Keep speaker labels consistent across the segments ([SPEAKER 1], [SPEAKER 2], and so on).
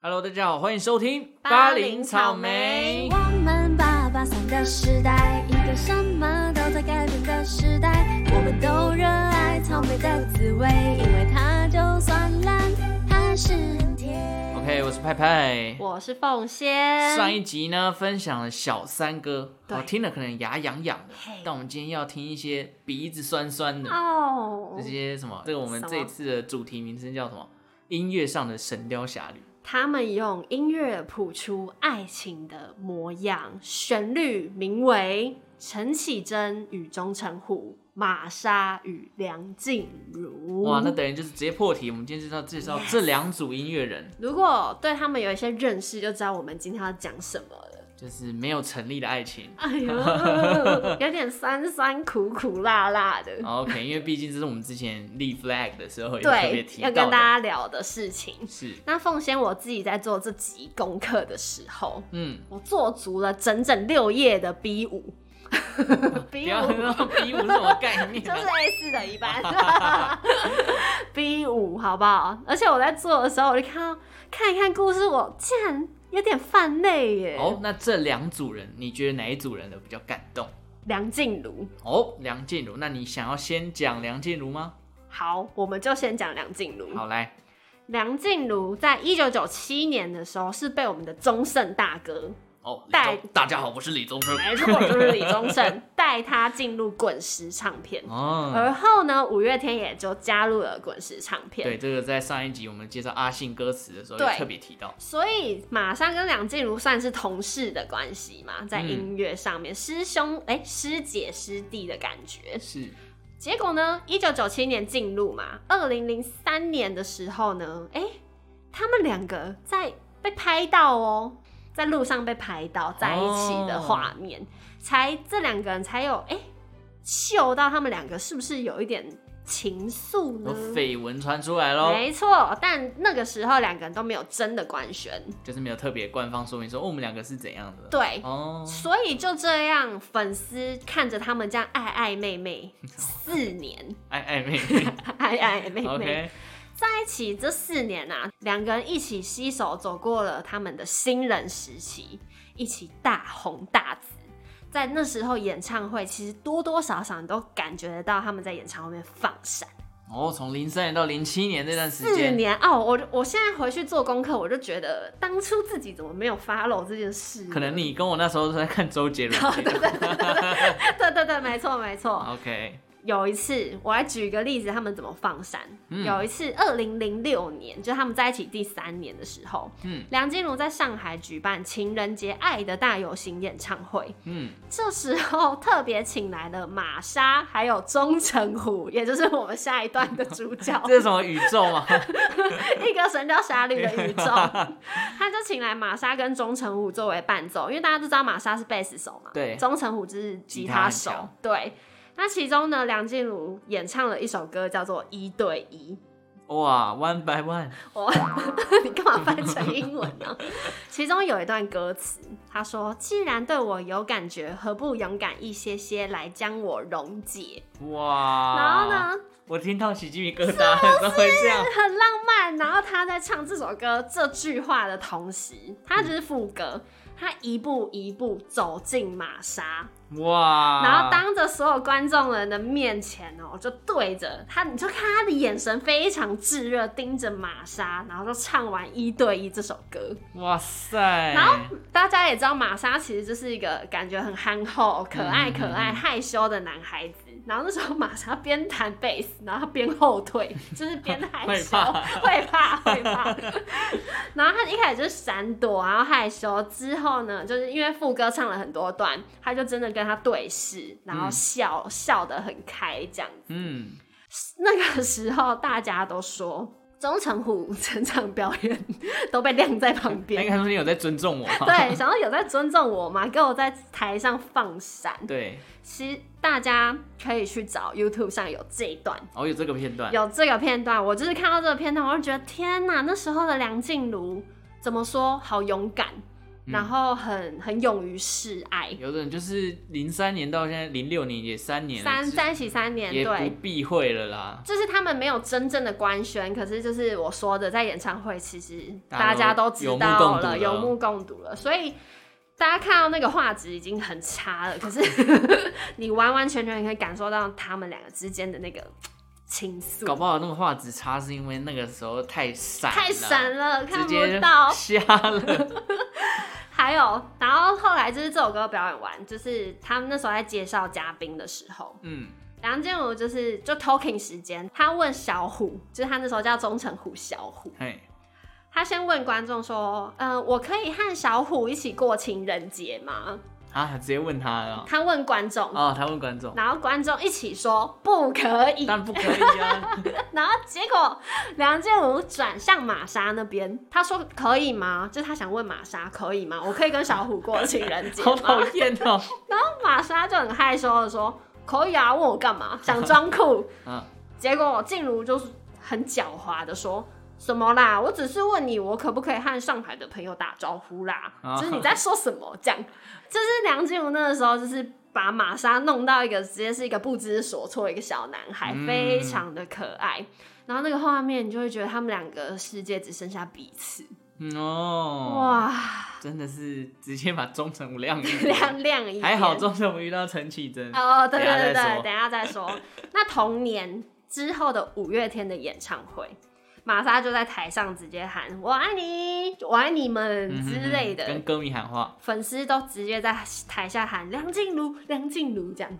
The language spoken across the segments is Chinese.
[SPEAKER 1] Hello，大家好，欢迎收听
[SPEAKER 2] 巴林草莓
[SPEAKER 3] 我们八八三的时代，一个什么都在改变的时代。我们都热爱草莓的滋味，因为它就算烂，还是很甜。
[SPEAKER 1] OK，我是派派。
[SPEAKER 2] 我是凤仙。
[SPEAKER 1] 上一集呢，分享了小三歌，
[SPEAKER 2] 对
[SPEAKER 1] 好听了可能牙痒痒的
[SPEAKER 2] 嘿，
[SPEAKER 1] 但我们今天要听一些鼻子酸酸的，
[SPEAKER 2] 哦
[SPEAKER 1] 这，些什么？这个我们
[SPEAKER 2] 什么
[SPEAKER 1] 这一次的主题名称叫什么？音乐上的《神雕侠侣
[SPEAKER 2] 他们用音乐谱出爱情的模样，旋律名为《陈绮贞与钟成虎》，玛莎与梁静》茹。
[SPEAKER 1] 哇，那等于就是直接破题。我们今天就要介绍
[SPEAKER 2] Yes
[SPEAKER 1] 这两组音乐人，
[SPEAKER 2] 如果对他们有一些认识，就知道我们今天要讲什么 了。
[SPEAKER 1] 就是没有成立的爱情。
[SPEAKER 2] 哎呦，有点酸酸苦苦辣辣的。
[SPEAKER 1] 好 OK，因为毕竟这是我们之前立 flag 的时候有哦特别
[SPEAKER 2] 对
[SPEAKER 1] 提，
[SPEAKER 2] 要
[SPEAKER 1] 到
[SPEAKER 2] 跟大
[SPEAKER 1] 的，
[SPEAKER 2] 家聊的事情。
[SPEAKER 1] 是，
[SPEAKER 2] 那奉先我自己在做这集功课的时候，
[SPEAKER 1] 嗯，
[SPEAKER 2] 我做足了整整六页的 B 五
[SPEAKER 1] 不
[SPEAKER 2] ，B
[SPEAKER 1] 要
[SPEAKER 2] 五
[SPEAKER 1] 让 B 五是什么概念
[SPEAKER 2] 就
[SPEAKER 1] 啊？
[SPEAKER 2] 是 A 四的一半 ，B 五好不好？而且我在做的时候，我就看到看一看故事，我竟然有点泛泪耶。
[SPEAKER 1] 哦，那这两组人，你觉得哪一组人的比较感动？
[SPEAKER 2] 梁静茹，
[SPEAKER 1] 哦，梁静茹，那你想要先讲梁静茹吗？
[SPEAKER 2] 好，我们就先讲梁静茹。
[SPEAKER 1] 好，来，
[SPEAKER 2] 梁静茹在一九九七年的时候是被我们的钟盛大哥，
[SPEAKER 1] 哦，
[SPEAKER 2] 带
[SPEAKER 1] 李宗大家好，我是李宗盛。
[SPEAKER 2] 没错，就是李宗 盛，带他进入滚石唱片。
[SPEAKER 1] 哦，
[SPEAKER 2] 而后呢，五月天也就加入了滚石唱片。
[SPEAKER 1] 对，这个在上一集我们介绍阿信歌词的时候
[SPEAKER 2] 对
[SPEAKER 1] 也特别提到，
[SPEAKER 2] 所以马上跟梁静茹算是同事的关系嘛，在音乐上面、师兄哎、师姐师弟的感觉。
[SPEAKER 1] 是
[SPEAKER 2] 结果呢，一九九七年进入嘛，二零零三年的时候呢，哎、他们两个在被拍到哦、在路上被拍到在一起的画面，才这两个人才有哎、嗅到他们两个是不是有一点情愫
[SPEAKER 1] 有
[SPEAKER 2] 呢？
[SPEAKER 1] 绯闻传出来喽，
[SPEAKER 2] 没错，但那个时候两个人都没有真的官宣，
[SPEAKER 1] 就是没有特别官方说明说、哦我们两个是怎样的。，
[SPEAKER 2] 对，
[SPEAKER 1] 哦，
[SPEAKER 2] 所以就这样，粉丝看着他们这样爱爱妹妹四 年，
[SPEAKER 1] 爱暧昧
[SPEAKER 2] 爱爱妹妹
[SPEAKER 1] ，OK，
[SPEAKER 2] 在一起这四年啊，两个人一起携手走过了他们的新人时期，一起大红大紫。在那时候演唱会，其实多多少少你都感觉得到他们在演唱会面放闪。
[SPEAKER 1] 哦，从零三年到零七年这段时
[SPEAKER 2] 四
[SPEAKER 1] 间，
[SPEAKER 2] 年哦，我我现在回去做功课，我就觉得当初自己怎么没有 follow 这件事呢？
[SPEAKER 1] 可能你跟我那时候都在看周杰伦。
[SPEAKER 2] 对对对，没错没错。
[SPEAKER 1] OK，
[SPEAKER 2] 有一次，我来举一个例子，他们怎么放闪。
[SPEAKER 1] 嗯
[SPEAKER 2] 有一次，二零零六年，就是他们在一起第三年的时候，
[SPEAKER 1] 嗯
[SPEAKER 2] 梁静茹在上海举办情人节爱的大游行演唱会，
[SPEAKER 1] 嗯，
[SPEAKER 2] 这时候特别请来了玛莎，还有钟成虎，也就是我们下一段的主
[SPEAKER 1] ，
[SPEAKER 2] 角
[SPEAKER 1] 这是什么宇宙吗？
[SPEAKER 2] 一个《神雕侠侣》的宇宙。他就请来玛莎跟钟成虎作为伴奏，因为大家都知道玛莎是贝斯手嘛，
[SPEAKER 1] 对
[SPEAKER 2] 钟成虎就是吉
[SPEAKER 1] 吉他
[SPEAKER 2] 他
[SPEAKER 1] 很
[SPEAKER 2] 手
[SPEAKER 1] 强，
[SPEAKER 2] 对。那其中呢，梁静茹演唱了一首歌叫做《一对一》，
[SPEAKER 1] 哇，One by One，
[SPEAKER 2] 我 你干嘛翻成英文呢、其中有一段歌词，他说：“既然对我有感觉，何不勇敢一些些来将我溶解？”
[SPEAKER 1] 哇！
[SPEAKER 2] 然后？呢，
[SPEAKER 1] 我听到起鸡皮疙瘩，怎么会这样？
[SPEAKER 2] 很浪漫。然后他在唱这首歌这句话的同时，他就是副歌，他一步一步走进玛莎，
[SPEAKER 1] 哇！
[SPEAKER 2] 啊然后当着所有观众人的面前哦、就对着他，你就看他的眼神非常炙热，盯着玛莎，然后就唱完《一对一》这首歌。
[SPEAKER 1] 哇塞，
[SPEAKER 2] 然后大家也知道，玛莎其实就是一个感觉很憨厚、可爱、可爱、害羞的男孩子。然后那时候玛莎边弹贝斯，然后边后退，就是边害羞， 会怕会怕。然后他一开始就闪躲，然后害羞。之后呢，就是因为副歌唱了很多段，他就真的跟他对视，然后
[SPEAKER 1] 嗯
[SPEAKER 2] 笑、笑得很开，这样子。
[SPEAKER 1] 嗯，
[SPEAKER 2] 那个时候大家都说。钟成虎整场表演都被晾在旁边
[SPEAKER 1] 那，应该说你有在尊重我。啊
[SPEAKER 2] 对，想要有在尊重我嘛，给我在台上放闪。
[SPEAKER 1] 对，
[SPEAKER 2] 其实大家可以去找 YouTube 上有这一段，
[SPEAKER 1] 哦，有这个片段，
[SPEAKER 2] 有这个片段。我就是看到这个片段，我就觉得天哪，那时候的梁静茹怎么说，好勇敢。
[SPEAKER 1] 嗯
[SPEAKER 2] 然后很很勇于示爱，
[SPEAKER 1] 有的人就是零三年到现在零六年也三年了，
[SPEAKER 2] 三
[SPEAKER 1] 只
[SPEAKER 2] 在一起三年，
[SPEAKER 1] 也不
[SPEAKER 2] 对，
[SPEAKER 1] 避讳了啦。
[SPEAKER 2] 就是他们没有真正的官宣，可是就是我说的，在演唱会其实
[SPEAKER 1] 大家
[SPEAKER 2] 大家
[SPEAKER 1] 都
[SPEAKER 2] 都知道了，
[SPEAKER 1] 有
[SPEAKER 2] 有
[SPEAKER 1] 目
[SPEAKER 2] 目共睹了，所以。大家看到那个画质已经很差 了，可是你完完全全可以感受到他们两个之间的那个情愫，
[SPEAKER 1] 搞不好那个画质差是因为那个时候太闪了，
[SPEAKER 2] 太闪了，看
[SPEAKER 1] 直
[SPEAKER 2] 不
[SPEAKER 1] 接
[SPEAKER 2] 到。
[SPEAKER 1] 瞎了。
[SPEAKER 2] 还有，然后后来就是这首歌表演完，就是他们那时候在介绍嘉宾的时候，
[SPEAKER 1] 嗯，
[SPEAKER 2] 梁静茹就是就 talking 时间，他问小虎，就是他那时候叫忠诚虎小虎，
[SPEAKER 1] 嘿，
[SPEAKER 2] 他先问观众说，呃，我可以和小虎一起过情人节吗？
[SPEAKER 1] 啊，直接问他了。
[SPEAKER 2] 他问观众，
[SPEAKER 1] 哦，他问观众，
[SPEAKER 2] 然后观众一起说不可 以，
[SPEAKER 1] 但不可以啊。
[SPEAKER 2] 然后结果梁静茹转向玛莎那边，他说可以吗？就是他想问玛莎可以吗？我可以跟小虎过情人 节
[SPEAKER 1] 好
[SPEAKER 2] 吗？
[SPEAKER 1] 讨厌 哦。
[SPEAKER 2] 玛莎就很害羞的说：“可以啊，问我 干嘛？想装酷。
[SPEAKER 1] 嗯，”
[SPEAKER 2] 结果静茹就是很狡猾的说：“什么啦？我只是问你，我可不可以和上海的朋友打招呼啦？
[SPEAKER 1] 啊
[SPEAKER 2] 就是你在说什么？这样，就是梁静茹那个时候就是把玛莎弄到一个直接是一个不知所措的一个小男孩，
[SPEAKER 1] 嗯
[SPEAKER 2] 非常的可爱。然后那个画面，你就会觉得他们两个世界只剩下彼此。
[SPEAKER 1] 嗯哦，
[SPEAKER 2] 哇，
[SPEAKER 1] 真的是直接把忠诚无量一
[SPEAKER 2] 亮亮一
[SPEAKER 1] 还好
[SPEAKER 2] 点
[SPEAKER 1] 忠诚无遇到陈绮贞。
[SPEAKER 2] 哦，对
[SPEAKER 1] 等一下
[SPEAKER 2] 对对
[SPEAKER 1] 再说
[SPEAKER 2] 对，等一下 再说。那同年之后的五月天的演唱会，玛莎就在台上直接喊“我爱你，我爱你们”
[SPEAKER 1] 嗯哼
[SPEAKER 2] 之类的，
[SPEAKER 1] 跟歌迷喊 话，
[SPEAKER 2] 粉丝都直接在台下喊“梁静茹，梁静茹”这样。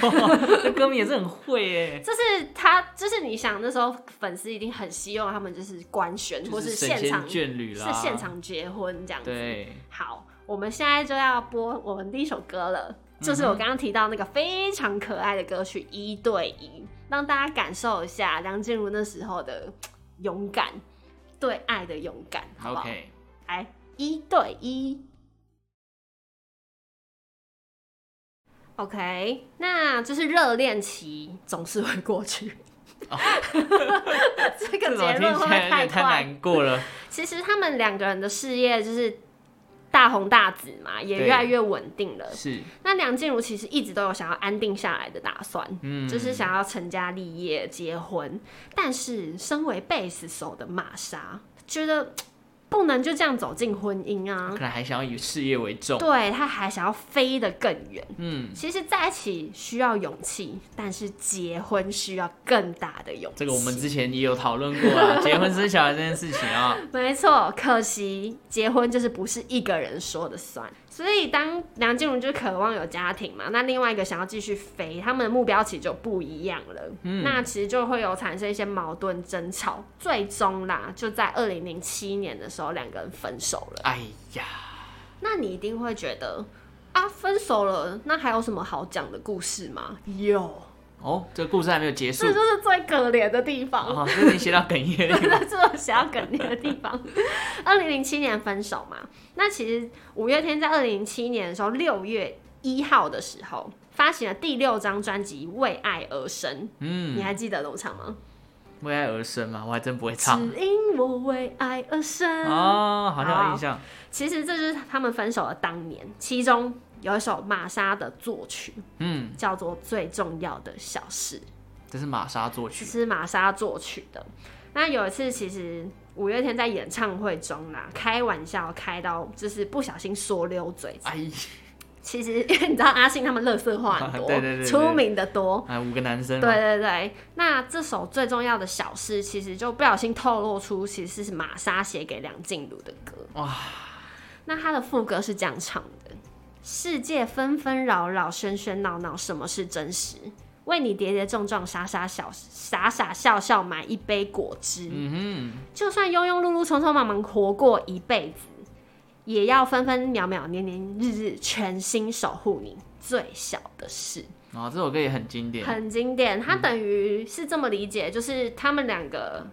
[SPEAKER 1] 这哦歌迷也是很会耶，
[SPEAKER 2] 这是他，就是你想那时候粉丝一定很希望他们就是官宣
[SPEAKER 1] 就
[SPEAKER 2] 或
[SPEAKER 1] 是神
[SPEAKER 2] 现
[SPEAKER 1] 仙
[SPEAKER 2] 场
[SPEAKER 1] 眷侣啦，
[SPEAKER 2] 是现场结婚这样子。
[SPEAKER 1] 对，
[SPEAKER 2] 好，我们现在就要播我们第一首歌了，
[SPEAKER 1] 嗯
[SPEAKER 2] 就是我刚刚提到那个非常可爱的歌曲《一对一》，让大家感受一下梁静茹那时候的勇敢，对爱的勇敢，好不好
[SPEAKER 1] OK，
[SPEAKER 2] 来，一对一。OK，那就是热恋期总是会过去。 这
[SPEAKER 1] 这
[SPEAKER 2] 个
[SPEAKER 1] 种
[SPEAKER 2] 结
[SPEAKER 1] 哦听
[SPEAKER 2] 论
[SPEAKER 1] 起
[SPEAKER 2] 会
[SPEAKER 1] 来有
[SPEAKER 2] 不会
[SPEAKER 1] 点太
[SPEAKER 2] 快？
[SPEAKER 1] 难过 了。
[SPEAKER 2] 其实他们两个人的事业就是大红大紫嘛，也
[SPEAKER 1] 对
[SPEAKER 2] 越来越稳定了。
[SPEAKER 1] 是，
[SPEAKER 2] 那梁静茹其实一直都有想要安定下来的打算，
[SPEAKER 1] 嗯，
[SPEAKER 2] 就是想要成家立业、结婚。但是，身为贝斯手的玛莎觉得嘖不能就这样走进婚姻啊
[SPEAKER 1] 可，能还想要以事业为重，
[SPEAKER 2] 对，她还想要飞得更远。
[SPEAKER 1] 嗯，
[SPEAKER 2] 其实在一起需要勇气，但是结婚需要更大的勇气。
[SPEAKER 1] 这个我们之前也有讨论过 啊，结婚生小孩这件事情啊，
[SPEAKER 2] 没错，可惜结婚就是不是一个人说的算。所以当梁静茹就渴望有家庭嘛，那另外一个想要继续飞，他们的目标其实就不一样了。
[SPEAKER 1] 嗯
[SPEAKER 2] 那其实就会有产生一些矛盾争吵，最终啦，就在二零零七年的时候，两个人分手了。
[SPEAKER 1] 哎呀，
[SPEAKER 2] 那你一定会觉得啊，分手了，那还有什么好讲的故事吗？有，
[SPEAKER 1] 哦，这个故事还没有结束
[SPEAKER 2] 这就是最可怜的地方。
[SPEAKER 1] 啊，这已经写到哽咽了。
[SPEAKER 2] 这种想要哽咽的地方。二零零七年分手嘛，那其实五月天在二零零七年的时候，六月一号的时候发行了第六张专辑《为爱而生》，你
[SPEAKER 1] 嗯，
[SPEAKER 2] 还记得农场吗？
[SPEAKER 1] 为爱而生嘛，我还真不会唱
[SPEAKER 2] 只因我为爱而生。
[SPEAKER 1] 哦，好像有印象，
[SPEAKER 2] 其实这就是他们分手的当年，其中有一首玛莎的作曲
[SPEAKER 1] 嗯，
[SPEAKER 2] 叫做《最重要的小事》。
[SPEAKER 1] 这是玛莎作曲
[SPEAKER 2] 这，是玛莎作曲的。那有一次，其实五月天在演唱会中啦，开玩笑开到就是不小心说溜嘴。
[SPEAKER 1] 哎，
[SPEAKER 2] 其实 因为你知道阿信他们乐色话很多，
[SPEAKER 1] 对对对对
[SPEAKER 2] 出名的多。
[SPEAKER 1] 哎，五个男生
[SPEAKER 2] 对
[SPEAKER 1] 嘛，
[SPEAKER 2] 对对，那这首最重要的小事，其实就不小心透露出，其实是玛莎写给梁静茹的歌。
[SPEAKER 1] 哇，
[SPEAKER 2] 那她的副歌是这样唱的：世界纷纷扰扰，喧喧闹闹，什么是真实？为你跌跌撞撞，傻傻小傻傻笑笑，买一杯果汁。
[SPEAKER 1] 嗯哼，
[SPEAKER 2] 就算庸庸碌碌、匆匆忙忙活过一辈子，也要分分秒秒、年年日日全心守护你最小的事。
[SPEAKER 1] 然哦后这首歌也很经典，
[SPEAKER 2] 很经典。它等于是这么理解，就是他们两个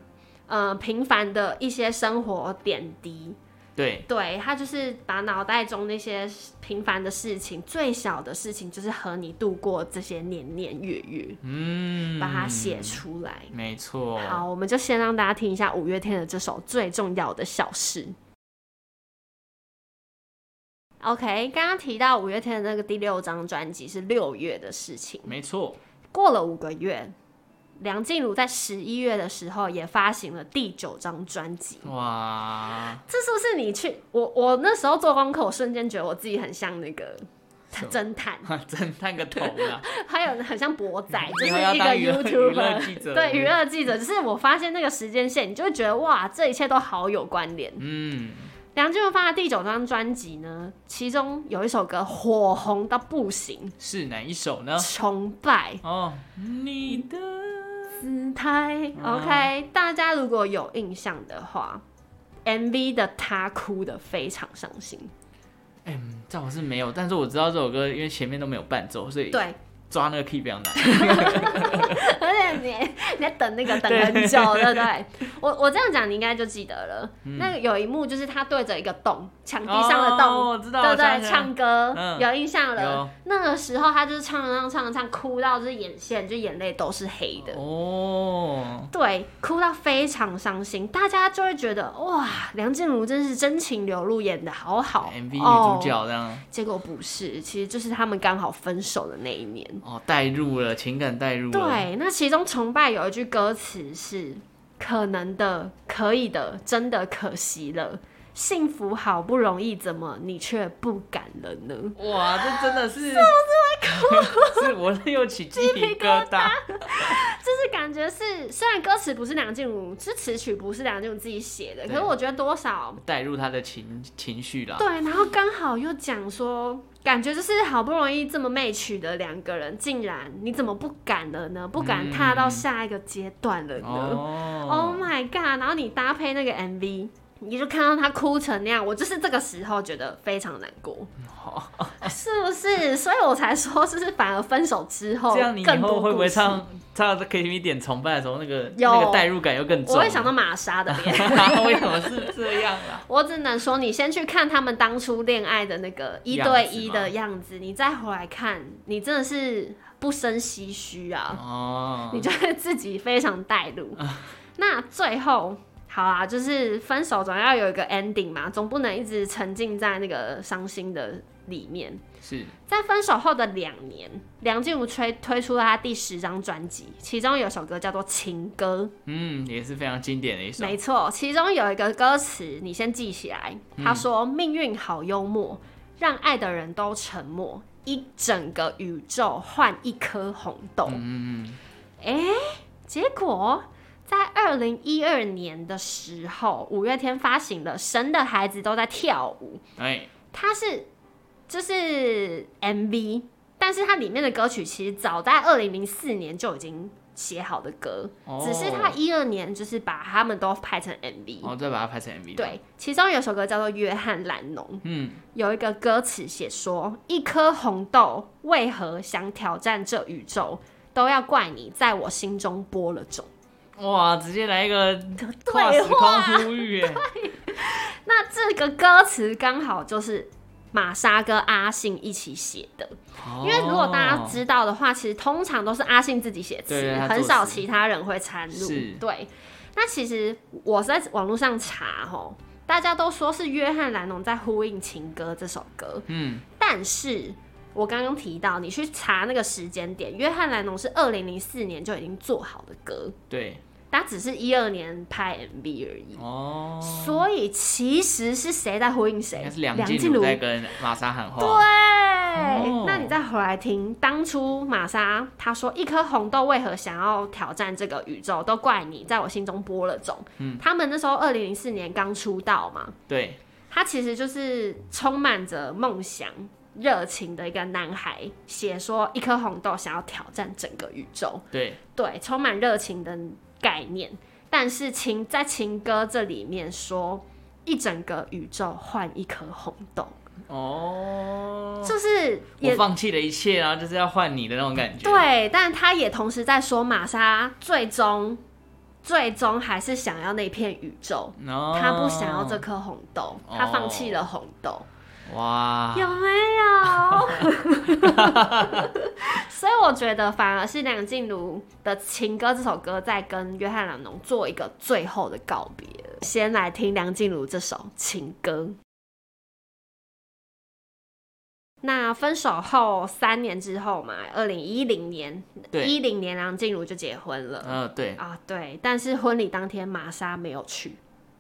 [SPEAKER 2] 呃平凡的一些生活点滴，
[SPEAKER 1] 对，
[SPEAKER 2] 对他就是把脑袋中那些平凡的事情、最小的事情，就是和你度过这些年年月月，
[SPEAKER 1] 嗯，
[SPEAKER 2] 把它写出来。
[SPEAKER 1] 没错，
[SPEAKER 2] 好，我们就先让大家听一下五月天的这首《最重要的小事》。 OK，刚刚提到五月天的那个第六张专辑是六月的事情，
[SPEAKER 1] 没错，
[SPEAKER 2] 过了五个月，梁静茹在十一月的时候也发行了第九张专辑。
[SPEAKER 1] 哇，
[SPEAKER 2] 这是不是你去我我那时候做功课，我瞬间觉得我自己很像那个
[SPEAKER 1] 什么
[SPEAKER 2] 侦探，
[SPEAKER 1] 侦探个头啊啦！
[SPEAKER 2] 还有很像博 仔，就是
[SPEAKER 1] 以
[SPEAKER 2] 一
[SPEAKER 1] 后要
[SPEAKER 2] 个
[SPEAKER 1] 当娱乐娱乐
[SPEAKER 2] YouTuber，
[SPEAKER 1] 记者
[SPEAKER 2] 对娱乐记者。只是我发现那个时间线，你就会觉得哇，这一切都好有关联。
[SPEAKER 1] 嗯，
[SPEAKER 2] 梁静茹发的第九张专辑呢，其中有一首歌火红到不行，
[SPEAKER 1] 是哪一首呢？
[SPEAKER 2] 崇拜。
[SPEAKER 1] 哦，你的
[SPEAKER 2] 姿态、
[SPEAKER 1] 啊
[SPEAKER 2] o k 嗯大家如果有印象的话，MV 的他哭的非常伤心，
[SPEAKER 1] 嗯，这我是没有，但是我知道这首歌，因为前面都没有伴奏，所以
[SPEAKER 2] 对，
[SPEAKER 1] 抓那个 key 比较难。
[SPEAKER 2] 而且你你在等那个等很久，对 不对？我我这样讲你应该就记得了。
[SPEAKER 1] 嗯
[SPEAKER 2] 那个有一幕就是他对着一个洞，墙壁上的
[SPEAKER 1] 哦
[SPEAKER 2] 洞，
[SPEAKER 1] 我知道，
[SPEAKER 2] 对不
[SPEAKER 1] 我想
[SPEAKER 2] 对？
[SPEAKER 1] 起来
[SPEAKER 2] 唱歌、
[SPEAKER 1] 嗯
[SPEAKER 2] 有印象了
[SPEAKER 1] 有。
[SPEAKER 2] 那个时候他就是唱唱唱唱，哭到就是眼线就眼泪都是黑的。
[SPEAKER 1] 哦，
[SPEAKER 2] 对，哭到非常伤心，大家就会觉得哇，梁静茹真是真情流露，演的好好。
[SPEAKER 1] MV 女主
[SPEAKER 2] 哦，
[SPEAKER 1] 角这样
[SPEAKER 2] 结果不是，其实就是他们刚好分手的那一年。
[SPEAKER 1] 哦，带入了情感，带入了。，
[SPEAKER 2] 对，那其中崇拜有一句歌词是“可能的，可以的，真的可惜了，幸福好不容易，怎么你却不敢了呢？”
[SPEAKER 1] 哇，这真的是，是我 是我又起鸡皮疙瘩。
[SPEAKER 2] 就是感觉是，虽然歌词不是梁静茹，是词曲不是梁静茹自己写的，可是
[SPEAKER 1] 对
[SPEAKER 2] 我觉得多少
[SPEAKER 1] 带入他的情情绪啦。
[SPEAKER 2] 对，然后刚好又讲说，感觉就是好不容易这么 match 的两个人，竟然你怎么不敢了呢？不敢踏到下一个阶段了呢、o h
[SPEAKER 1] 哦，
[SPEAKER 2] my god！然后你搭配那个 MV，你就看到他哭成那样，我就是这个时候觉得非常难 过，是不是？所以我才说，就是反而分手之后，
[SPEAKER 1] 这样你以
[SPEAKER 2] 更多
[SPEAKER 1] 后会不会
[SPEAKER 2] 故事？
[SPEAKER 1] 唱唱 KTV 点崇拜的时候，那个
[SPEAKER 2] 有
[SPEAKER 1] 那个代入感又更重？
[SPEAKER 2] 我会想到玛莎的脸。
[SPEAKER 1] 到， 为什么是这样啦？
[SPEAKER 2] 我只能说，你先去看他们当初恋爱的那个一对一的样子，你再回来看，你真的是不生唏嘘啊！
[SPEAKER 1] 哦，
[SPEAKER 2] 你就会自己非常带入。 那最后，好啊，就是分手总要有一个 ending 嘛，总不能一直沉浸在那个伤心的里面。
[SPEAKER 1] 是
[SPEAKER 2] 在分手后的两年，梁静茹推推出了她第十张专辑，其中有首歌叫做《情歌》。
[SPEAKER 1] 嗯，也是非常经典的一首。
[SPEAKER 2] 没错，其中有一个歌词，你先记起来。他说：“命运好幽默，让爱的人都沉默，一整个宇宙换一颗红豆。
[SPEAKER 1] 嗯，嗯
[SPEAKER 2] 结果在二零一二年的时候，五月天发行了《神的孩子都在跳舞》，
[SPEAKER 1] 嗯哎，
[SPEAKER 2] 它是就是 MV，但是它里面的歌曲其实早在二零零四年就已经写好的歌，
[SPEAKER 1] 哦
[SPEAKER 2] 只是他一二年就是把他们都拍成 MV。
[SPEAKER 1] 然后再把它拍成 MV。，
[SPEAKER 2] 对，其中有首歌叫做《约翰兰农》，
[SPEAKER 1] 嗯，
[SPEAKER 2] 有一个歌词写说：“一颗红豆为何想挑战这宇宙，都要怪你在我心中播了种。
[SPEAKER 1] 哇，直接来一个跨时空呼吁，哎”
[SPEAKER 2] 那这个歌词刚好就是玛莎跟阿信一起写的， 因为如果大家
[SPEAKER 1] 哦
[SPEAKER 2] 知道的话，其实通常都是阿信自己写词
[SPEAKER 1] 对，他作
[SPEAKER 2] 很少
[SPEAKER 1] 词
[SPEAKER 2] 其他人会掺入
[SPEAKER 1] 是。
[SPEAKER 2] 对，那其实我在网络上查吼，大家都说是约翰兰农在呼应《情歌》这首歌，
[SPEAKER 1] 嗯，
[SPEAKER 2] 但是我刚刚提到，你去查那个时间点，约翰兰农是二零零四年就已经做好的歌，
[SPEAKER 1] 对，
[SPEAKER 2] 它只是一二年拍 MV 而已。
[SPEAKER 1] 哦，
[SPEAKER 2] 所以其实是谁在呼应
[SPEAKER 1] 应
[SPEAKER 2] 谁
[SPEAKER 1] 该？是梁静茹在跟玛莎喊话。
[SPEAKER 2] 对，
[SPEAKER 1] 哦
[SPEAKER 2] 那你再回来听，当初玛莎她说一颗红豆为何想要挑战这个宇宙，都怪你在我心中播了种。
[SPEAKER 1] 嗯
[SPEAKER 2] 他们那时候二零零四年刚出道嘛，
[SPEAKER 1] 对，
[SPEAKER 2] 他其实就是充满着梦想、热情的一个男孩，写说一颗红豆想要挑战整个宇宙，
[SPEAKER 1] 对，
[SPEAKER 2] 对，充满热情的概念。但是情在情歌这里面说，一整个宇宙换一颗红豆，
[SPEAKER 1] 哦，
[SPEAKER 2] 就是
[SPEAKER 1] 我
[SPEAKER 2] 也。
[SPEAKER 1] 放弃了一切，然后就是要换你的那种感觉。，
[SPEAKER 2] 对，但他也同时在说，玛莎最终最终还是想要那片宇宙，
[SPEAKER 1] 哦、
[SPEAKER 2] 他不想要这颗红豆，他放弃了红豆。
[SPEAKER 1] 哇，
[SPEAKER 2] 有 没有？所以我觉得反而是梁静茹的《情歌》这首歌在跟约翰·朗农做一个最后的告别。先来听梁静茹这首《情歌》。那分手后三年之后嘛，二零一零年，
[SPEAKER 1] 对
[SPEAKER 2] 一零年梁静茹就结婚了。
[SPEAKER 1] 呃，对，
[SPEAKER 2] 啊，对，但是婚礼当天玛莎没有去，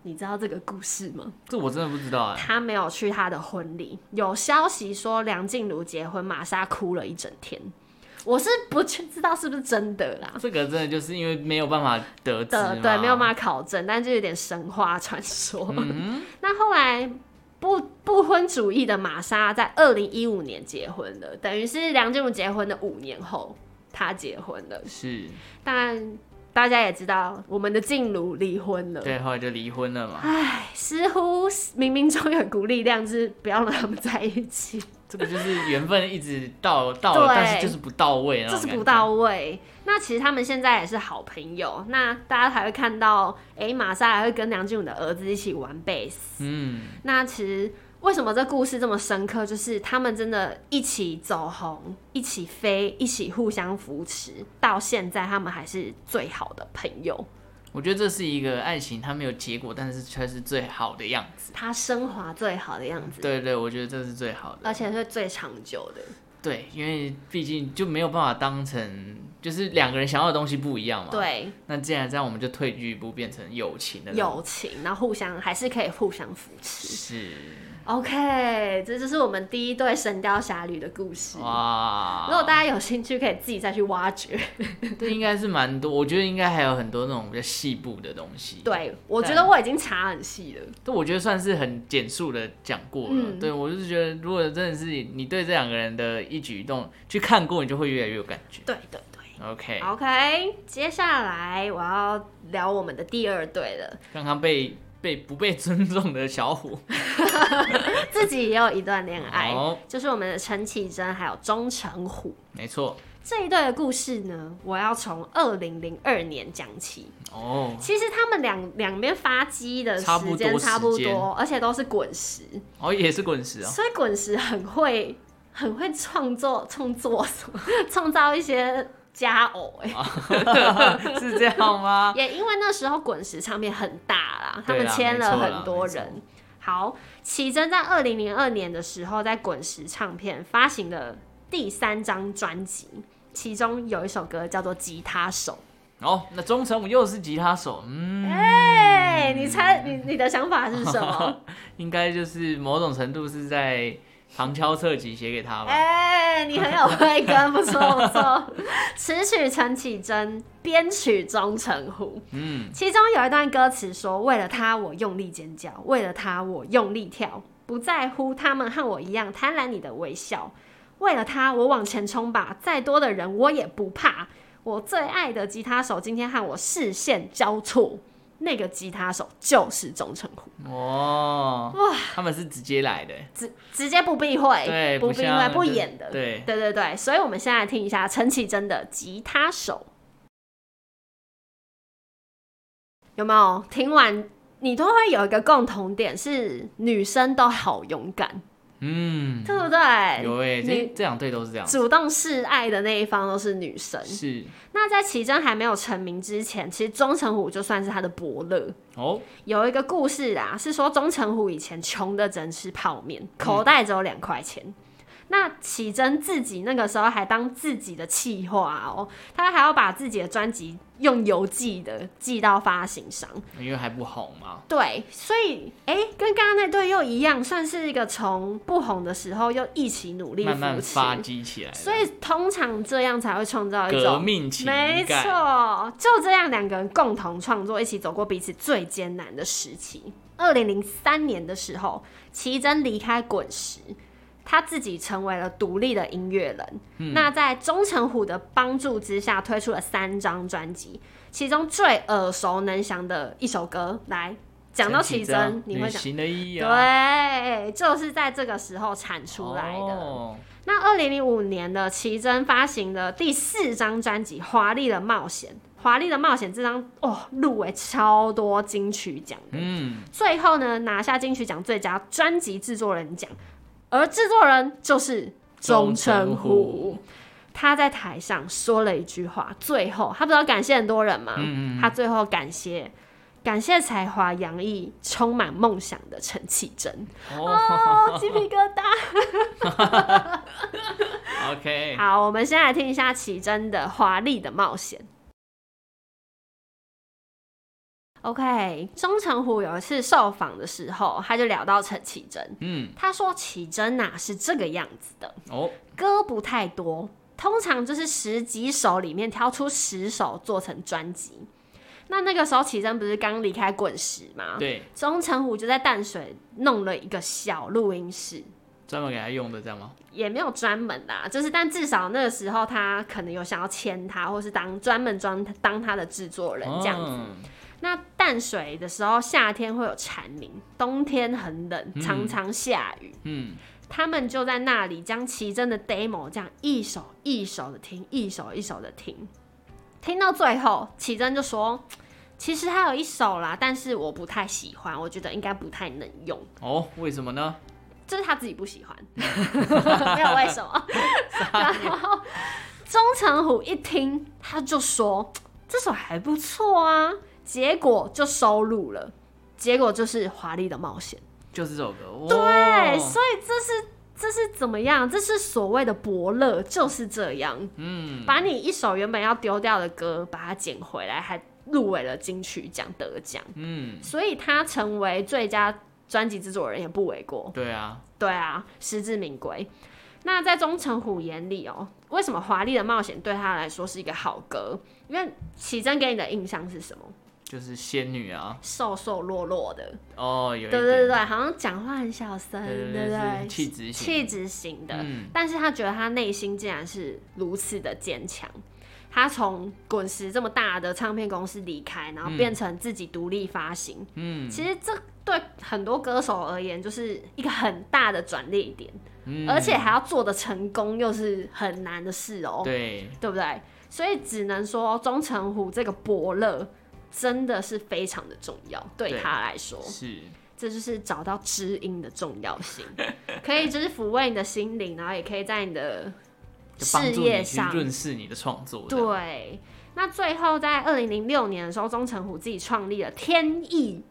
[SPEAKER 2] 你知道这个故事吗？
[SPEAKER 1] 这我真的不知道哎、
[SPEAKER 2] 她没有去她的婚礼，有消息说梁静茹结婚，玛莎哭了一整天。我是不确知道是不是真的啦，
[SPEAKER 1] 这个真的就是因为没有办法得知
[SPEAKER 2] 的
[SPEAKER 1] 嘛
[SPEAKER 2] 对，没有办法考证，但就有点神话传说。
[SPEAKER 1] 嗯
[SPEAKER 2] 那后来不不婚主义的玛莎在二零一五年结婚了，等于是梁静茹结婚的五年后，她结婚了。
[SPEAKER 1] 哼，是
[SPEAKER 2] 但大家也知道，我们的静茹离婚了。
[SPEAKER 1] 对，后来就离婚了嘛。
[SPEAKER 2] 唉，似乎冥冥中有股力量，就是不要让他们在一起，
[SPEAKER 1] 这个就是缘分一直到到了，
[SPEAKER 2] 对
[SPEAKER 1] 但是就是不到位那
[SPEAKER 2] 这
[SPEAKER 1] 种
[SPEAKER 2] 是
[SPEAKER 1] 感觉
[SPEAKER 2] 不到位。那其实他们现在也是好朋友，那大家还会看到，哎、玛莎还会跟梁静茹的儿子一起玩贝斯。
[SPEAKER 1] 嗯，
[SPEAKER 2] 那其实为什么这故事这么深刻，就是他们真的一起走红，一起飞，一起互相扶持，到现在他们还是最好的朋友。
[SPEAKER 1] 我觉得这是一个爱情，它没有结果，但是却是最好的样子。
[SPEAKER 2] 他升华最好的样子，
[SPEAKER 1] 对对，我觉得这是最好的。
[SPEAKER 2] 而且是最长久的。
[SPEAKER 1] 对，因为毕竟就没有办法当成，就是两个人想要的东西不一样嘛。。
[SPEAKER 2] 对，啊
[SPEAKER 1] 那既然这样，我们就退居一步，变成友情的那种
[SPEAKER 2] 友情，然后互相还是可以互相扶持。
[SPEAKER 1] 是
[SPEAKER 2] OK，这就是我们第一对《神雕侠侣》的故事。
[SPEAKER 1] 哇
[SPEAKER 2] 如。果大家有兴趣，可以自己再去挖 掘。
[SPEAKER 1] 这应该是蛮多，我觉得应该还有很多那种比较细部的东西。，
[SPEAKER 2] 对，我觉
[SPEAKER 1] 对
[SPEAKER 2] 得我已经查很细了。
[SPEAKER 1] 但我觉得算是很简述的讲过了。
[SPEAKER 2] 嗯
[SPEAKER 1] 对我就是觉得，如果真的是你对这两个人的一举一动去看过，你就会越来越有感觉。
[SPEAKER 2] 对对对。
[SPEAKER 1] OK，
[SPEAKER 2] OK，接下来我要聊我们的第二对 了，
[SPEAKER 1] 刚刚被被不被尊重的小 虎，
[SPEAKER 2] 自己也有一段恋爱
[SPEAKER 1] 好，
[SPEAKER 2] 就是我们的陈绮贞还有钟成虎
[SPEAKER 1] 没错。
[SPEAKER 2] 这一对的故事呢，我要从二零零二年讲起。
[SPEAKER 1] 哦
[SPEAKER 2] 其实他们两两边发迹的
[SPEAKER 1] 差不
[SPEAKER 2] 时
[SPEAKER 1] 多
[SPEAKER 2] 间差不
[SPEAKER 1] 时间
[SPEAKER 2] 多，而且都是滚石，
[SPEAKER 1] 哦，也是滚石哦。
[SPEAKER 2] 所以滚石很会很会创作创作什么，创造一些佳偶
[SPEAKER 1] 啊
[SPEAKER 2] 哎、
[SPEAKER 1] 是这样吗？
[SPEAKER 2] 也因为那时候滚石唱片很大啦，他
[SPEAKER 1] 对啦
[SPEAKER 2] 们签了
[SPEAKER 1] 没错啦
[SPEAKER 2] 很多
[SPEAKER 1] 没
[SPEAKER 2] 人。好，启真在二零零二年的时候，在滚石唱片发行了第三张专辑，其中有一首歌叫做《吉他 手
[SPEAKER 1] 哦，那钟成武又是吉他手，嗯，》。
[SPEAKER 2] 哎、你猜你你的想法是 什么？ 哦
[SPEAKER 1] 应该就是某种程度是在旁敲侧击写给他吧。
[SPEAKER 2] 哎、你很有慧根，不错不 错。词曲陈绮贞，编曲钟成虎。
[SPEAKER 1] 嗯，
[SPEAKER 2] 其中有一段歌词说：“为了他，我用力尖叫；为了他，我用力跳，不在乎他们和我一样贪婪你的微笑。为了他，我往前冲吧，再多的人我也不怕。我最爱的吉他手今天和我视线交错，那个吉他手就是钟成虎，
[SPEAKER 1] 哦，哇，他们是直接来的，
[SPEAKER 2] 直直接不避讳，
[SPEAKER 1] 对，
[SPEAKER 2] 不避
[SPEAKER 1] 像
[SPEAKER 2] 讳，不
[SPEAKER 1] 就是
[SPEAKER 2] 演的。
[SPEAKER 1] 对，
[SPEAKER 2] 对对对，所以我们现在来听一下陈绮贞的《吉他手》，有没有？听完你都会有一个共同点，是女生都好勇敢，
[SPEAKER 1] 嗯，
[SPEAKER 2] 对不对？
[SPEAKER 1] 有哎，这
[SPEAKER 2] 你
[SPEAKER 1] 这两对都是这样，
[SPEAKER 2] 主动示爱的那一方都是女生。
[SPEAKER 1] 是
[SPEAKER 2] 那在绮贞还没有成名之前，其实钟成虎就算是她的伯乐。
[SPEAKER 1] 哦，
[SPEAKER 2] 有一个故事啊，是说钟成虎以前穷的只能吃泡
[SPEAKER 1] 嗯
[SPEAKER 2] 面，口袋只有两块钱。那启真自己那个时候还当自己的企划哦，他还要把自己的专辑用邮寄的寄到发行商。
[SPEAKER 1] 因为还不红嘛，
[SPEAKER 2] 对，所以哎、诶跟刚刚那对又一样，算是一个从不红的时候又一起努力扶持。
[SPEAKER 1] 慢慢发迹起来了，
[SPEAKER 2] 所以通常这样才会创造一
[SPEAKER 1] 革
[SPEAKER 2] 种
[SPEAKER 1] 命情
[SPEAKER 2] 没
[SPEAKER 1] 感，
[SPEAKER 2] 错，就这样，两个人共同创作，一起走过彼此最艰难的时期。二零零三年的时候，齐真离开滚石，他自己成为了独立的音乐人。
[SPEAKER 1] 嗯
[SPEAKER 2] 那在钟成虎的帮助之下，推出了三张专辑，其中最耳熟能详的一首歌，来讲到
[SPEAKER 1] 陈绮
[SPEAKER 2] 齐真，你
[SPEAKER 1] 旅
[SPEAKER 2] 会想。
[SPEAKER 1] 行的意义啊，
[SPEAKER 2] 对，就是在这个时候产出来的。
[SPEAKER 1] 哦
[SPEAKER 2] 那二零零五年的奇珍发行的第四张专辑《华丽的冒险》，《华丽的冒险》这张哦入围超多金曲奖的，
[SPEAKER 1] 嗯，
[SPEAKER 2] 最后呢拿下金曲奖最佳专辑制作人奖，而制作人就是钟
[SPEAKER 1] 钟
[SPEAKER 2] 成
[SPEAKER 1] 成虎
[SPEAKER 2] 虎。他在台上说了一句话，最后他不是要感谢很多人吗？他最后感谢感谢才华洋溢、充满梦想的陈绮贞。
[SPEAKER 1] 哦
[SPEAKER 2] 哦，鸡皮疙瘩。
[SPEAKER 1] ，OK，
[SPEAKER 2] 好，我们先来听一下奇珍的《华丽的冒险》。OK，钟成虎有一次受访的时候，他就聊到陈绮贞，
[SPEAKER 1] 嗯，
[SPEAKER 2] 他说绮贞呐是这个样子的，
[SPEAKER 1] 哦，
[SPEAKER 2] 歌不太多，通常就是十几首里面挑出十首做成专辑。那那个时候绮贞不是刚离开滚石吗？，
[SPEAKER 1] 对，
[SPEAKER 2] 钟成虎就在淡水弄了一个小录音室，
[SPEAKER 1] 专门给他用的，这样吗？
[SPEAKER 2] 也没有专门啦，就是但至少那个时候他可能有想要签他，或是当专门专当他的制作人这样子。
[SPEAKER 1] 嗯
[SPEAKER 2] 那淡水的时候，夏天会有蝉鸣，冬天很冷，
[SPEAKER 1] 嗯
[SPEAKER 2] 常常下雨。
[SPEAKER 1] 嗯，
[SPEAKER 2] 他们就在那里将奇珍的 demo 这样一首一首的听，一首一首的听，听到最后，奇珍就说：“其实还有一首啦，但是我不太喜欢，我觉得应该不太能用。”
[SPEAKER 1] 哦，为什么呢？
[SPEAKER 2] 这是他自己不喜欢， 没有为 什么。然后钟成虎一听，他就说这首还不错啊，结果就收录了。结果就是华丽的冒险，
[SPEAKER 1] 就是这首歌，哦
[SPEAKER 2] 对，所以这是这是怎么样？这是所谓的伯乐，就是这样，
[SPEAKER 1] 嗯，
[SPEAKER 2] 把你一首原本要丢掉的歌，把它捡回来，还入围了金曲奖得奖，
[SPEAKER 1] 嗯，
[SPEAKER 2] 所以他成为最佳专辑制作人也不为过。
[SPEAKER 1] 对啊，
[SPEAKER 2] 对啊，实至名归。那在钟成虎眼里哦，为什么《华丽的冒险》对他来说是一个好歌？因为启真给你的印象是什么？
[SPEAKER 1] 就是仙女啊，
[SPEAKER 2] 瘦瘦弱弱的，
[SPEAKER 1] 哦，有一
[SPEAKER 2] 对对
[SPEAKER 1] 点
[SPEAKER 2] 对，好像讲话很小声，
[SPEAKER 1] 对
[SPEAKER 2] 对
[SPEAKER 1] 对
[SPEAKER 2] 不
[SPEAKER 1] 对，
[SPEAKER 2] 对？
[SPEAKER 1] 是气质型，
[SPEAKER 2] 气质型的，
[SPEAKER 1] 嗯
[SPEAKER 2] 但是他觉得他内心竟然是如此的坚强。他从滚石这么大的唱片公司离开，然后
[SPEAKER 1] 嗯
[SPEAKER 2] 变成自己独立发行。
[SPEAKER 1] 嗯
[SPEAKER 2] 其实这对很多歌手而言，就是一个很大的转捩点。
[SPEAKER 1] 嗯，
[SPEAKER 2] 而且还要做的成功，又是很难的事哦、
[SPEAKER 1] 对，
[SPEAKER 2] 对不对？所以只能说钟成虎这个伯乐真的是非常的重要，对
[SPEAKER 1] 对
[SPEAKER 2] 他来说，
[SPEAKER 1] 是，
[SPEAKER 2] 这就是找到知音的重要性， 可以就是抚慰你的心灵，然后也可以在你的
[SPEAKER 1] 就帮
[SPEAKER 2] 事
[SPEAKER 1] 助
[SPEAKER 2] 业
[SPEAKER 1] 你去
[SPEAKER 2] 上
[SPEAKER 1] 润饰你的创作，这样，
[SPEAKER 2] 对。那最后在二零零六年的时候，钟成虎自己创立了天意，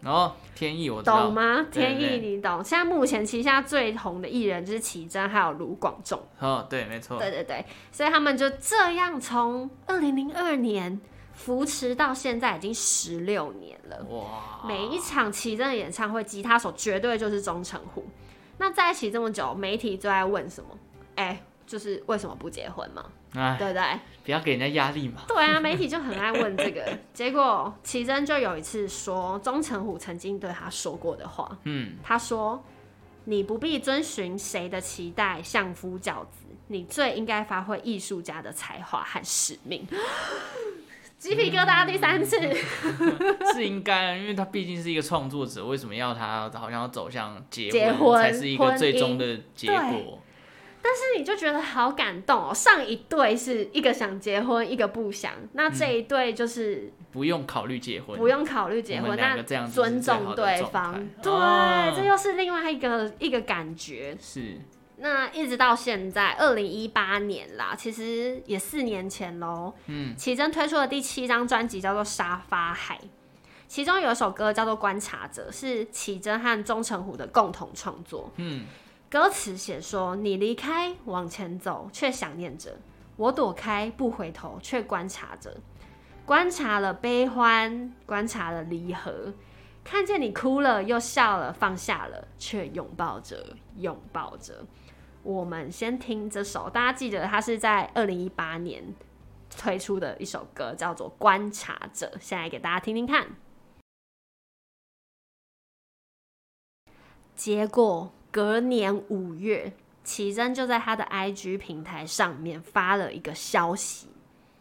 [SPEAKER 1] 然后天意我知道
[SPEAKER 2] 懂，吗？
[SPEAKER 1] 对对
[SPEAKER 2] 天
[SPEAKER 1] 对
[SPEAKER 2] 意你懂。现在目前旗下最红的艺人就是奇珍，还有卢广仲。
[SPEAKER 1] 哦，对，没错，
[SPEAKER 2] 对对对，所以他们就这样从二零零二年扶持到现在已经十六年了。
[SPEAKER 1] 哇，
[SPEAKER 2] 每一场奇珍的演唱会，吉他手绝对就是钟成虎。那在一起这么久，媒体最爱问什么？哎、就是为什么不结婚嘛，
[SPEAKER 1] 哎，
[SPEAKER 2] 对不对？
[SPEAKER 1] 不要给人家压力 嘛，
[SPEAKER 2] 对啊，媒体就很爱问这 个。结果奇珍就有一次说，钟成虎曾经对他说过的话，
[SPEAKER 1] 嗯，
[SPEAKER 2] 他说：“你不必遵循谁的期待，相夫教子，你最应该发挥艺术家的才华和使命。”鸡皮疙瘩第三次，
[SPEAKER 1] 是应该啊，因为他毕竟是一个创作者，为什么要他好像要走向结
[SPEAKER 2] 结婚
[SPEAKER 1] 才是一个最终的结
[SPEAKER 2] 婚姻
[SPEAKER 1] 果？
[SPEAKER 2] 但是你就觉得好感动哦。上一对是一个想结婚，一个不想，那这一对就是
[SPEAKER 1] 不用考虑结婚，
[SPEAKER 2] 不用考虑结
[SPEAKER 1] 嗯我
[SPEAKER 2] 婚，
[SPEAKER 1] 们两个这
[SPEAKER 2] 那
[SPEAKER 1] 样子
[SPEAKER 2] 尊
[SPEAKER 1] 是最
[SPEAKER 2] 重
[SPEAKER 1] 好的
[SPEAKER 2] 对
[SPEAKER 1] 状
[SPEAKER 2] 方
[SPEAKER 1] 态。
[SPEAKER 2] 对，
[SPEAKER 1] 哦
[SPEAKER 2] 这又是另外一个一个感觉。
[SPEAKER 1] 是，
[SPEAKER 2] 那一直到现在，二零一八年啦，其实也四年前喽。
[SPEAKER 1] 嗯，
[SPEAKER 2] 奇珍推出的第七张专辑叫做《沙发海》，其中有一首歌叫做《观察者》，是奇珍和钟成虎的共同创作。
[SPEAKER 1] 嗯，
[SPEAKER 2] 歌词写说：“你离开，往前走，却想念着；我躲开，不回头，却观察着。观察了悲欢，观察了离合，看见你哭了，又笑了，放下了，却拥抱着，拥抱着。”我们先听这首，大家记得它是在二零一八年推出的一首歌，叫做《观察者》，现在给大家听听看。结果隔年五月，奇珍就在他的 IG 平台上面发了一个消息，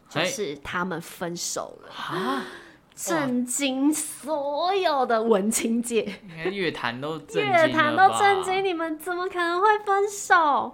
[SPEAKER 2] 就
[SPEAKER 1] 哎
[SPEAKER 2] 是他们分手了，
[SPEAKER 1] 啊，
[SPEAKER 2] 震惊所有的文青界，
[SPEAKER 1] 应该乐坛都震惊
[SPEAKER 2] 乐坛
[SPEAKER 1] 了
[SPEAKER 2] 都
[SPEAKER 1] 吧
[SPEAKER 2] 震惊，，你们怎么可能会分手？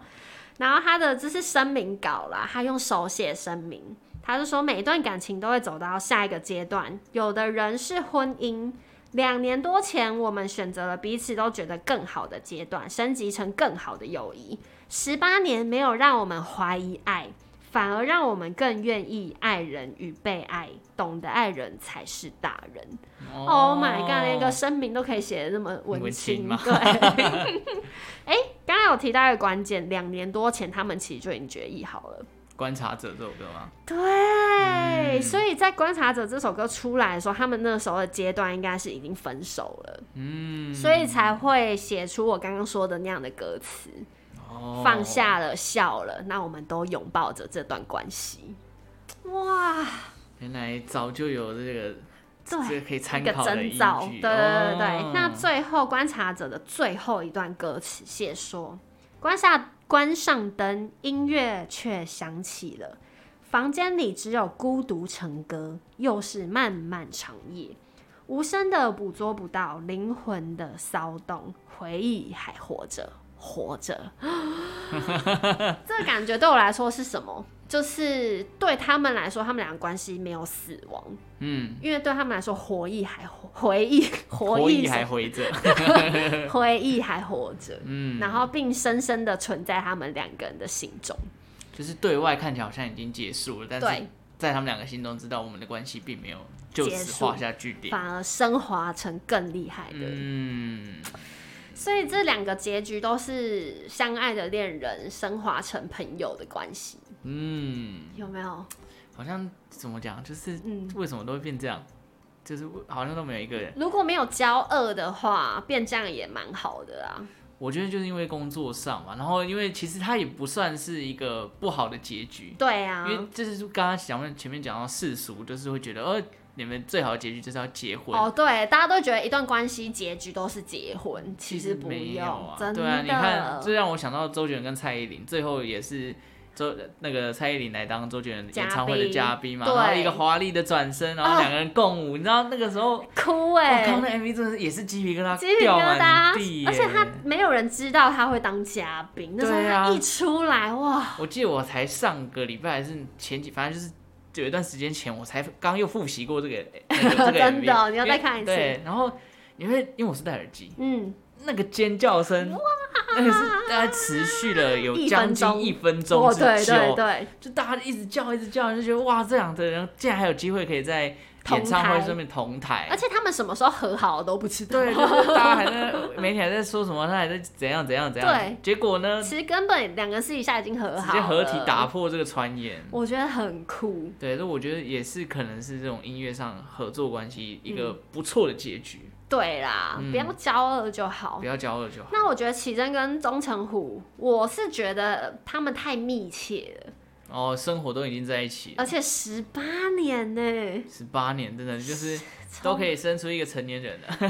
[SPEAKER 2] 然后他的这是声明稿啦，他用手写声明，他就说每一段感情都会走到下一个阶段，有的人是婚姻。两年多前，我们选择了彼此都觉得更好的阶段，升级成更好的友谊。十八年没有让我们怀疑爱，反而让我们更愿意爱人与被爱，懂得爱人才是大人。Oh my god，连个声明都可以写的那么
[SPEAKER 1] 哦文
[SPEAKER 2] 文
[SPEAKER 1] 青
[SPEAKER 2] 青，
[SPEAKER 1] 吗
[SPEAKER 2] 对。 哎、刚刚有提到一个关键，两年多前他们其实就已经决议好了。
[SPEAKER 1] 观察者这首歌吗？
[SPEAKER 2] 对，
[SPEAKER 1] 嗯
[SPEAKER 2] 所以在《观察者》这首歌出来的时候，他们那时候的阶段应该是已经分手了，
[SPEAKER 1] 嗯，
[SPEAKER 2] 所以才会写出我刚刚说的那样的歌词，
[SPEAKER 1] 哦
[SPEAKER 2] 放下了，笑了，那我们都拥抱着这段关系。哇，
[SPEAKER 1] 原来早就有这个，
[SPEAKER 2] 对，
[SPEAKER 1] 这个可以参
[SPEAKER 2] 一个
[SPEAKER 1] 考的依
[SPEAKER 2] 征
[SPEAKER 1] 据。
[SPEAKER 2] 兆，对对对对。
[SPEAKER 1] 哦
[SPEAKER 2] 那最后观察者的最后一段歌词写说：关下关上灯，音乐却响起了，房间里只有孤独成歌，又是漫漫长夜，无声的捕捉不到灵魂的骚动，回忆还活着。活着， 这个感觉对我来说是什么？就是对他们来说，他们俩的关系没有死亡，
[SPEAKER 1] 嗯，
[SPEAKER 2] 因为对他们来说，活忆还活 回忆，活
[SPEAKER 1] 活
[SPEAKER 2] 忆
[SPEAKER 1] 意还活着，
[SPEAKER 2] 回忆还活着，
[SPEAKER 1] 嗯，
[SPEAKER 2] 然后并深深的存在他们两个人的心中。
[SPEAKER 1] 就是对外看起来好像已经结束了，但是
[SPEAKER 2] 对
[SPEAKER 1] 在他们两个心中知道我们的关系并没有就
[SPEAKER 2] 结
[SPEAKER 1] 此
[SPEAKER 2] 束
[SPEAKER 1] 画下句点。
[SPEAKER 2] 反而升华成更厉害的，
[SPEAKER 1] 嗯，
[SPEAKER 2] 所以这两个结局都是相爱的恋人升华成朋友的关系，
[SPEAKER 1] 嗯，
[SPEAKER 2] 有没有？
[SPEAKER 1] 好像怎么讲，就是
[SPEAKER 2] 嗯
[SPEAKER 1] 为什么都会变这样，就是好像都没有一个人。
[SPEAKER 2] 如果没有交恶的话，变这样也蛮好的啊。
[SPEAKER 1] 我觉得就是因为工作上嘛，然后因为其实它也不算是一个不好的结局，
[SPEAKER 2] 对啊
[SPEAKER 1] 因，为就是刚刚前面前面讲到世俗，就是会觉得呃，你们最好的结局就是要结婚。
[SPEAKER 2] 哦对，大家都觉得一段关系结局都是结婚，
[SPEAKER 1] 其
[SPEAKER 2] 实不
[SPEAKER 1] 没
[SPEAKER 2] 用，
[SPEAKER 1] 有啊，
[SPEAKER 2] 真的。
[SPEAKER 1] 对啊，你看，这让我想到周杰伦跟蔡依林，最后也是周那个蔡依林来当周杰伦演唱会的嘉宾嘛，
[SPEAKER 2] 嘉宾
[SPEAKER 1] 然后一个华丽的转身，然后两个人共舞，你知道那个时 候，我哦
[SPEAKER 2] 哭哎、
[SPEAKER 1] 靠，那 MV 真的是也是鸡皮疙瘩
[SPEAKER 2] 鸡皮
[SPEAKER 1] 掉
[SPEAKER 2] 疙瘩
[SPEAKER 1] 满地，耶，
[SPEAKER 2] 而且他没有人知道他会当嘉宾，那时候
[SPEAKER 1] 对啊
[SPEAKER 2] 他一出来，哇，
[SPEAKER 1] 我记得我才上个礼拜还是前几，反正就是有一段时间前，我才刚又复习过这个、 那个这个 MV，
[SPEAKER 2] 真的你要再
[SPEAKER 1] 因为
[SPEAKER 2] 看一次
[SPEAKER 1] 对，然后你会因为我是戴耳机，
[SPEAKER 2] 嗯，
[SPEAKER 1] 那个尖叫声，那个是大概持续了有
[SPEAKER 2] 一
[SPEAKER 1] 将
[SPEAKER 2] 分
[SPEAKER 1] 近
[SPEAKER 2] 钟
[SPEAKER 1] 一分钟
[SPEAKER 2] 哦，
[SPEAKER 1] 之
[SPEAKER 2] 对对
[SPEAKER 1] 久，
[SPEAKER 2] 对，
[SPEAKER 1] 就哎大家一直叫一直叫，就觉得哇，这两个人竟然还有机会可以在演唱
[SPEAKER 2] 同
[SPEAKER 1] 会
[SPEAKER 2] 台
[SPEAKER 1] 上面同台，
[SPEAKER 2] 而且他们什么时候和好都不知道，
[SPEAKER 1] 对，就是大家还在媒体还在说什么，他还在怎样怎样怎样，
[SPEAKER 2] 对
[SPEAKER 1] 结果呢，直
[SPEAKER 2] 其实根本两个人私底下已经和好，
[SPEAKER 1] 接合体打，破这个传言。
[SPEAKER 2] 我觉得很酷，
[SPEAKER 1] 对，这我觉得也是可能是这种音乐上合作关系一
[SPEAKER 2] 嗯
[SPEAKER 1] 个不错的结局，
[SPEAKER 2] 对啦，
[SPEAKER 1] 嗯
[SPEAKER 2] 不要骄傲就好
[SPEAKER 1] 不。要骄傲就好。
[SPEAKER 2] 那我觉得启真跟钟成虎，我是觉得他们太密切了，
[SPEAKER 1] 哦，生活都已经在一起了
[SPEAKER 2] 而，且十八年呢、
[SPEAKER 1] 十八年真的就是都可以生出一个成年人了。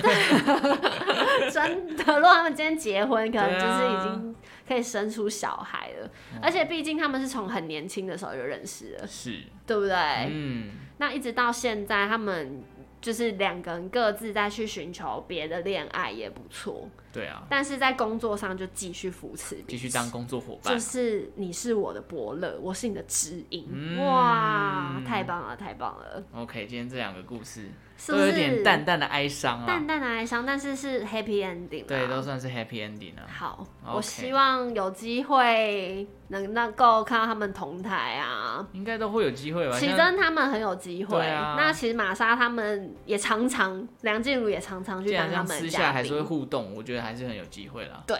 [SPEAKER 2] 真的，如果他们今天结婚，可能
[SPEAKER 1] 对
[SPEAKER 2] 就
[SPEAKER 1] 啊
[SPEAKER 2] 是已经可以生出小孩了。而且毕竟他们是从很年轻的时候就认识了，
[SPEAKER 1] 是，
[SPEAKER 2] 对不对？
[SPEAKER 1] 嗯，
[SPEAKER 2] 那一直到现在，他们就是两个人各自再去寻求别的恋爱也不错，
[SPEAKER 1] 对啊，
[SPEAKER 2] 但是在工作上就继续扶持彼此，
[SPEAKER 1] 继续当工作伙伴
[SPEAKER 2] 就。是你是我的伯乐，我是你的知音，
[SPEAKER 1] 嗯
[SPEAKER 2] 哇，太棒了，太棒了，
[SPEAKER 1] OK，今天这两个故事
[SPEAKER 2] 是
[SPEAKER 1] 都
[SPEAKER 2] 不是？
[SPEAKER 1] 有点淡淡的哀伤
[SPEAKER 2] 淡
[SPEAKER 1] 啊，
[SPEAKER 2] 淡的哀伤，但是是 happy ending，啦啊
[SPEAKER 1] 对，都算是 happy ending 啊。
[SPEAKER 2] 好
[SPEAKER 1] OK
[SPEAKER 2] 我希望有机会能能够看到他们同台啊。
[SPEAKER 1] 应该都会有机会吧？
[SPEAKER 2] 奇
[SPEAKER 1] 像
[SPEAKER 2] 珍他们很有机会，
[SPEAKER 1] 对啊
[SPEAKER 2] 那其实玛莎他们也常常，梁静茹也常常
[SPEAKER 1] 既
[SPEAKER 2] 去
[SPEAKER 1] 然
[SPEAKER 2] 当
[SPEAKER 1] 这
[SPEAKER 2] 他
[SPEAKER 1] 样
[SPEAKER 2] 们的
[SPEAKER 1] 私
[SPEAKER 2] 嘉
[SPEAKER 1] 下还是会
[SPEAKER 2] 宾。
[SPEAKER 1] 互动，我觉得还是很有机会啦。
[SPEAKER 2] 对，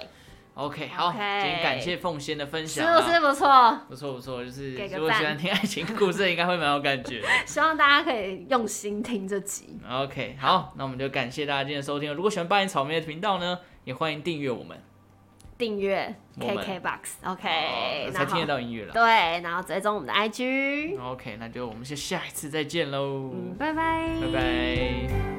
[SPEAKER 1] OK，好
[SPEAKER 2] OK
[SPEAKER 1] 今天感谢凤仙的分
[SPEAKER 2] 是哦
[SPEAKER 1] 享啊，
[SPEAKER 2] 不是不错？
[SPEAKER 1] 不错不错，就是
[SPEAKER 2] 给个
[SPEAKER 1] 如果喜
[SPEAKER 2] 赞
[SPEAKER 1] 欢听爱情故事，应该会蛮有感觉的。
[SPEAKER 2] 希望大家可以用心听这集。
[SPEAKER 1] OK，好，那我们就感谢大家今天的收听。如果喜欢八音草莓的频道呢，也欢迎订阅我们，
[SPEAKER 2] 订阅
[SPEAKER 1] 我们
[SPEAKER 2] KKBOX，OK，、
[SPEAKER 1] 哦才
[SPEAKER 2] 然后
[SPEAKER 1] 听得到音乐了。
[SPEAKER 2] 对，然后追踪我们的 IG，
[SPEAKER 1] OK，那就我们就下一次再见喽，
[SPEAKER 2] 嗯嗯，拜拜，
[SPEAKER 1] 拜拜